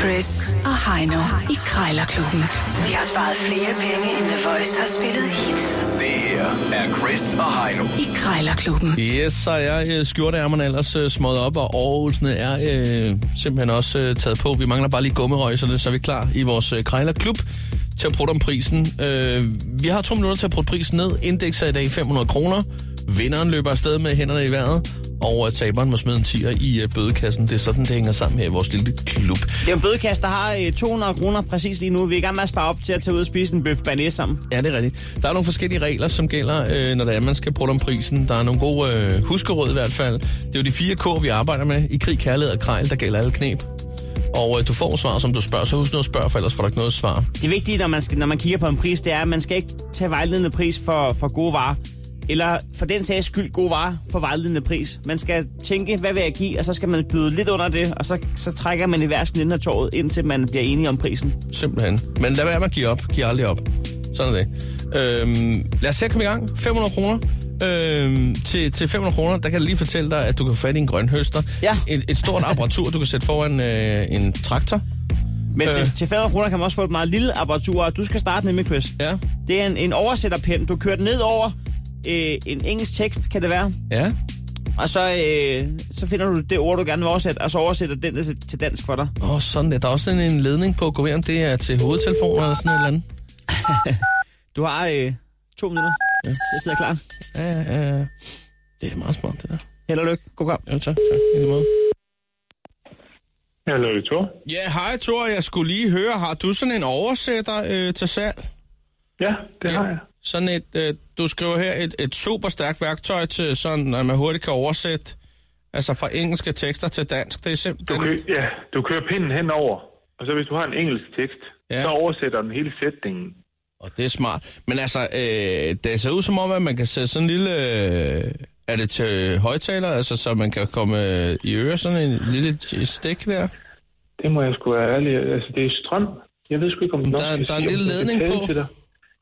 Chris og Heino i Krejlerklubben. De har sparet flere penge, end The Voice har spillet hits Det her er Chris og Heino. i Krejlerklubben. Yes, så er øh, skjorteærmerne ellers øh, smået op, og overholdsene er øh, simpelthen også øh, taget på. Vi mangler bare lige gummerøjserne, så er vi klar i vores øh, krejlerklub til at prutte om prisen. Øh, vi har to minutter til at prutte prisen ned. Indeks er i dag 500 kroner. Vinderen løber afsted med hænderne i vejret, og øh, taberen må smide en tiger i øh, bødekassen. Det er sådan, det hænger sammen her i vores lille klub. Det er en bødekasse, der har øh, 200 kroner præcis lige nu. Vi er i gang med at spare op til at tage ud og spise en bøf banæs sammen. Ja, det er rigtigt. Der er nogle forskellige regler, som gælder, øh, når det er, man skal bruge om prisen. Der er nogle gode øh, huskeråd i hvert fald. Det er jo de fire K, vi arbejder med i krig, kærlighed og krejl, der gælder alle knep. Og øh, du får svar, som du spørger, så husk nu at spørge, for ellers får du ikke noget svar. Det vigtige, når man, skal, når man kigger på en pris, det er, at man skal ikke tage vejledende pris for, for gode varer. Eller for den sags skyld gode varer for vejledende pris. Man skal tænke, hvad vil jeg give, og så skal man byde lidt under det, og så, så trækker man i hver sin ende af tåret, indtil man bliver enige om prisen. Simpelthen. Men lad være med at give op. Giv aldrig op. Sådan er det. Øhm, lad os se at komme i gang. 500 kroner. Øhm, til, til 500 kroner, der kan jeg lige fortælle dig, at du kan få fat i en grønhøster. Ja. Et, et stort apparatur, du kan sætte foran øh, en traktor. Men øh. Øh. til, til 500 kroner kan man også få et meget lille apparatur, og du skal starte nemlig, Chris. Ja. Det er en, en oversætterpind. Du kører den ned over øh, en engelsk tekst, kan det være. Ja. Og så, øh, så finder du det ord, du gerne vil oversætte, og så oversætter den det til, til dansk for dig. Åh, oh, sådan der. Der er også sådan en ledning på. Gå ved, om det er til hovedtelefoner eller sådan et eller andet. Du har øh, to minutter. Ja. Jeg sidder klar. Ja, ja, ja. Det er meget smart, det der. Held og lykke. God kamp. Jo, tak. tak. I lige måde. Hallo, det er Thor. Ja, hej Thor. Jeg skulle lige høre, har du sådan en oversætter øh, til salg? Ja, det har jeg. Sådan et, øh, du skriver her, et, et super stærkt værktøj til sådan, at man hurtigt kan oversætte altså fra engelske tekster til dansk. Det er Du, simpelthen... kø- ja, du kører pinden henover, og så hvis du har en engelsk tekst, Ja. ja. så oversætter den hele sætningen. Og det er smart. Men altså, øh, det ser ud som om, at man kan sætte sådan en lille... Øh, er det til højtaler, altså, så man kan komme øh, i øre sådan en lille stik der? Det må jeg sgu være ærlig. Altså, det er strøm. Jeg ved sgu ikke, om Men nok der- kan der er en sige, om lille jeg ledning kan tale på. til dig.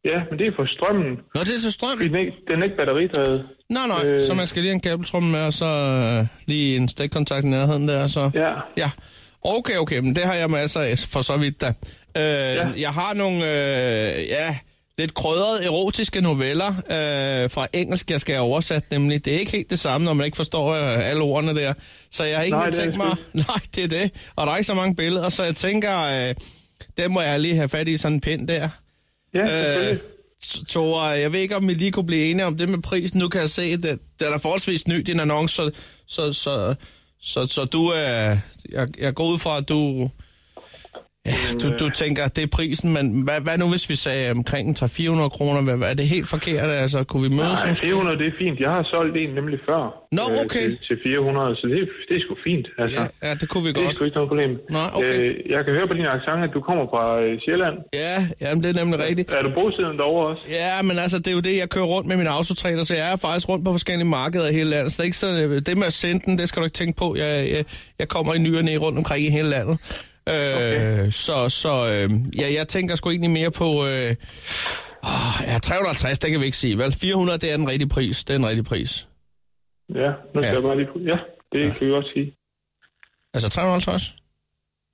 Ja, men det er for strømmen. Nå, det er til strøm. Fordi Den er ikke, den er ikke batteridrevet. Nej, nej, øh... Øh. så man skal lige have en kabeltrumme med, og så øh, lige en stikkontakt i nærheden der, og så... Ja. Ja. Okay, okay, men det har jeg masser af, for så vidt da. Øh, ja. Jeg har nogle, øh, ja, lidt krødrede erotiske noveller øh, fra engelsk, jeg skal have oversat nemlig. Det er ikke helt det samme, når man ikke forstår øh, alle ordene der. Så jeg har ikke Nej, det er tænkt mig... Nej, det er det. Og der er ikke så mange billeder, så jeg tænker, øh, det må jeg lige have fat i sådan en pind der. Ja, Øh, selvfølgelig. Tore, jeg ved ikke, om vi lige kunne blive enige om det med prisen. Nu kan jeg se, at den, den er forholdsvis ny, din annonce, så, så, så, så, så du er... Jeg, jeg går ud fra, at du... Ja, du, øh. du tænker, at det er prisen, men hvad, hvad nu, hvis vi sagde omkring 300-400 kroner? Hvad, hvad er det helt forkert? Altså, kunne vi mødes? Nej, måske? 400, det er fint. Jeg har solgt en nemlig før. Nå, øh, okay. Til, til 400, så det, det er sgu fint. Altså. Ja, ja, det kunne vi Det er godt. sgu ikke noget problem. Nå, okay. øh, jeg kan høre på din accent, at du kommer fra øh, Sjælland. Ja, jamen, det er nemlig rigtigt. Er du bosiddende derovre også? Ja, men altså, det er jo det, jeg kører rundt med min autotræner, så jeg er faktisk rundt på forskellige markeder i hele landet. Så det, er ikke så, det med at sende den, det skal du ikke tænke på. Jeg, jeg, jeg kommer i ny og næ rundt omkring i hele landet. Øh, okay. Så, så øh, ja, jeg tænker sgu egentlig mere på... Øh, åh, ja, 350, det kan vi ikke sige, vel? 400, det er den rigtige pris. Det er den rigtige pris. Ja, nu skal Ja. ja. jeg bare lige... Ja, det ja. kan vi godt sige. Altså 350?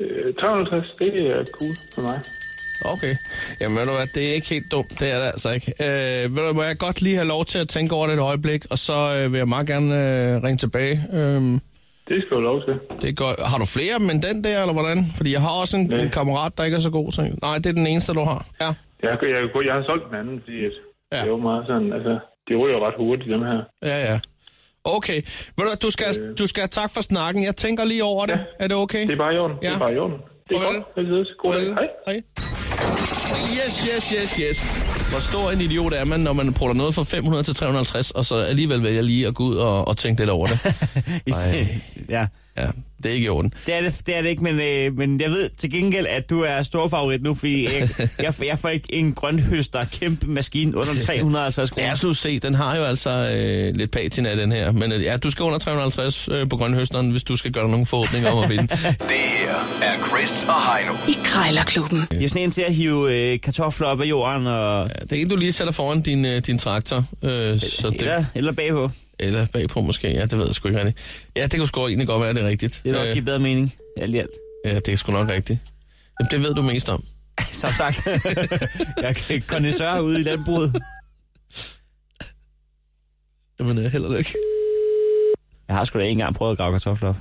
Øh, 350, det er cool for mig. Okay. Jamen ved du hvad, det er ikke helt dumt, det er det altså ikke. Øh, ved du, må jeg godt lige have lov til at tænke over det et øjeblik, og så øh, vil jeg meget gerne øh, ringe tilbage. Øh, Det skal du have lov til. Det er godt. Har du flere dem end den der, eller hvordan? Fordi jeg har også en, en kammerat, der ikke er så god til. Nej, det er den eneste, du har. Ja. Jeg, jeg, jeg, jeg har solgt den anden, fordi at Ja. ja. det er jo meget sådan, altså, de ryger ret hurtigt, dem her. Ja, ja. Okay. Ved du, hvad, du skal, du skal have tak for snakken. Jeg tænker lige over det. Er det okay? Øh. Det er bare i orden. Ja. Det Ja. er bare i orden. Det er Farvel. godt. Altid. God dag. Hej. Hej. Yes, yes, yes, yes. Hvor stor en idiot er man, når man prutter noget fra 500 til 350, og så alligevel vælger lige at gå ud og, og tænke lidt over det. Ej. ja. Ja, det er ikke i orden. Det er det, det er det ikke, men, øh, men jeg ved til gengæld, at du er stor favorit nu, fordi jeg, jeg, får- jeg får ikke en grønhøster kæmpe maskine under 350 Lad kroner. os nu se, den har jo altså øh, lidt patina, den her. Men øh, ja, du skal under 350 øh, på grønhøsteren, hvis du skal gøre dig nogle forhåbninger om at vinde. Det her er Chris og Heino. I Krejlerklubben. Det er sådan en til at hive øh, kartofler op af jorden, og, Ja, Det er en, du lige sætter foran din, øh, din traktor, øh, så det, eller, eller bagpå. eller bagpå måske, ja, det ved jeg sgu ikke rigtigt. Ja, det kunne sgu egentlig godt være, det er rigtigt. Det vil nok give bedre mening, alt i alt. ja, det er sgu nok rigtigt. Jamen, det ved du mest om. Som sagt, jeg er kondensør ude i landbruget. Jamen, øh, held og lykke. Jeg har sgu da ikke engang prøvet at grave kartofler op.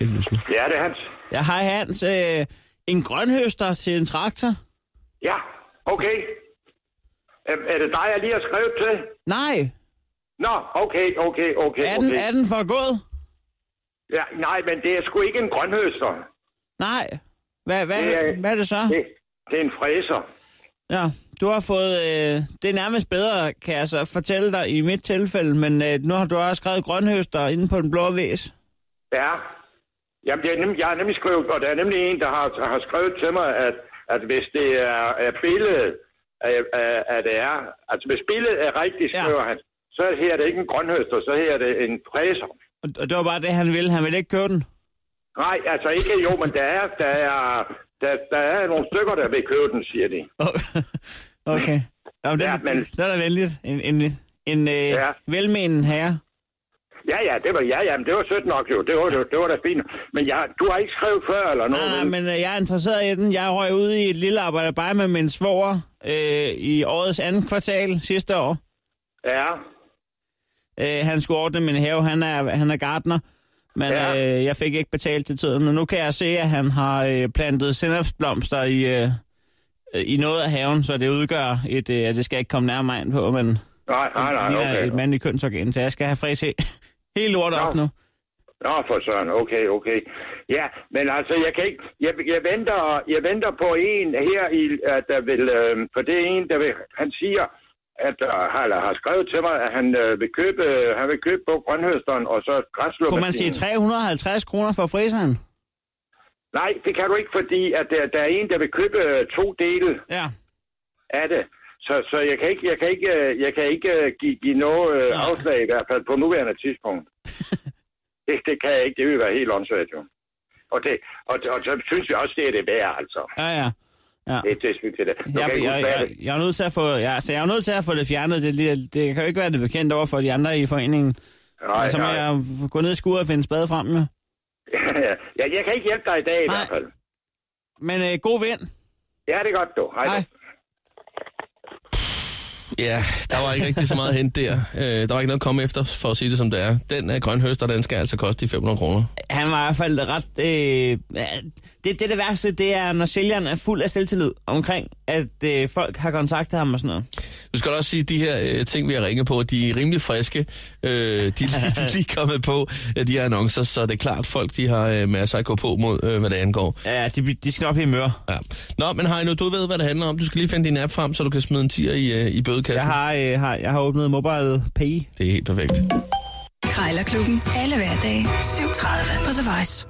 Helvede sgu. Ja, det er Hans. ja, hej Hans. Øh, en grønhøster til en traktor? Ja, okay. Er, er det dig, jeg lige har skrevet til? Nej. Nå, okay, okay, okay. Er den, okay. er den forgået? Ja, nej, men det er sgu ikke en grønhøster. Nej. Hvad, hvad, Det er- hvad er det så? Det, det er en fræser. Ja, du har fået... Øh, det er nærmest bedre, kan jeg så fortælle dig, i mit tilfælde, men øh, nu har du også skrevet grønhøster inde på den blå væs. Ja. Jamen, jeg, nem, jeg har nemlig skrevet, og der er nemlig en, der har, har skrevet til mig, at, at hvis det er, er billedet, af, af, af det er, altså hvis billedet er rigtigt, Ja. skriver ja. han, så her er det ikke en grønhøster, så her er det en fræser. Og, og det var bare det, han ville. Han ville ikke købe den. Nej, altså ikke jo, men der er, der er, der, der er nogle stykker, der vil købe den, siger de. okay. Nå, men det, Ja, ja, men... men- det er da venligt. En, en, en øh, ja. Ja. velmenende herre. Ja, ja, det var, ja, ja, men det var sødt nok jo, det var, det, var- det var da fint. Men jeg, du har ikke skrevet før eller noget? Nej, vel? men øh, jeg er interesseret i den. Jeg røg ud i et lille arbejde bare med min svoger øh, i årets andet kvartal sidste år. Ja, Øh, han skulle ordne min have. Han er, han er gartner. Men ja. Ja. øh, jeg fik ikke betalt til tiden. Og nu kan jeg se, at han har øh, plantet sennepsblomster i, øh, øh, i noget af haven, så det udgør et... Øh, det skal jeg ikke komme nærmere ind på, men... nej, nej, nej, ligner okay. et mandligt kønsorgan, så jeg skal have fræs he- hele lortet op Nå. nu. Nå, for søren, okay, okay. Ja, men altså, jeg kan ikke, jeg, jeg, venter, jeg venter på en her, i, øh, der vil, øh, for det er en, der vil, han siger, at øh, eller har skrevet til mig, at han øh, vil købe, øh, han vil købe på grønhøsteren, og så græslukker. Kunne man sige 350 kroner for fræseren? Nej, det kan du ikke, fordi at der, der er en, der vil købe øh, to dele Ja. af det. Så, så jeg kan ikke, jeg kan ikke, øh, jeg kan ikke øh, give, give noget øh, Nej. afslag i hvert fald på nuværende tidspunkt. det, det kan jeg ikke. Det vil være helt åndssvagt jo. Og, det, og, og, så synes jeg også, det er det værd, altså. Ja, ja. ja. Det, det synes jeg det. Nu Jeg, kan jeg, jeg, ikke jeg, huske, hvad jeg, det- jeg, er nødt til at få, ja, altså, jeg er nødt til at få det fjernet. Det, det, det kan jo ikke være det bekendt over for de andre i foreningen. Nej, altså, må nej. jeg gå ned i skuret og finde spade frem med. ja, jeg kan ikke hjælpe dig i dag i Nej. hvert fald. Men øh, god vind. Ja, det er godt, du. Hej. Hej. Hej. Ja, der var ikke rigtig så meget at hente der. Øh, der var ikke noget at komme efter, for at sige det som det er. Den er grønhøster, den skal altså koste de 500 kroner. Han var i hvert fald ret... Øh, ja, det, det, det værste, det er, når sælgeren er fuld af selvtillid omkring, at øh, folk har kontaktet ham og sådan noget. Du skal da også sige, at de her øh, ting, vi har ringet på, de er rimelig friske. Øh, de er lige, de er lige kommet på, øh, de her annoncer, så det er klart, folk de har øh, masser at gå på mod, øh, hvad det angår. Ja, de, de skal op i mør. Ja. Nå, men Heino, du ved, hvad det handler om. Du skal lige finde din app frem, så du kan smide en tier i, øh, i bødekassen. Jeg har, øh, har, jeg har åbnet Mobile Pay. Det er helt perfekt. Krejlerklubben. Alle hverdage. 7.30 på The Voice.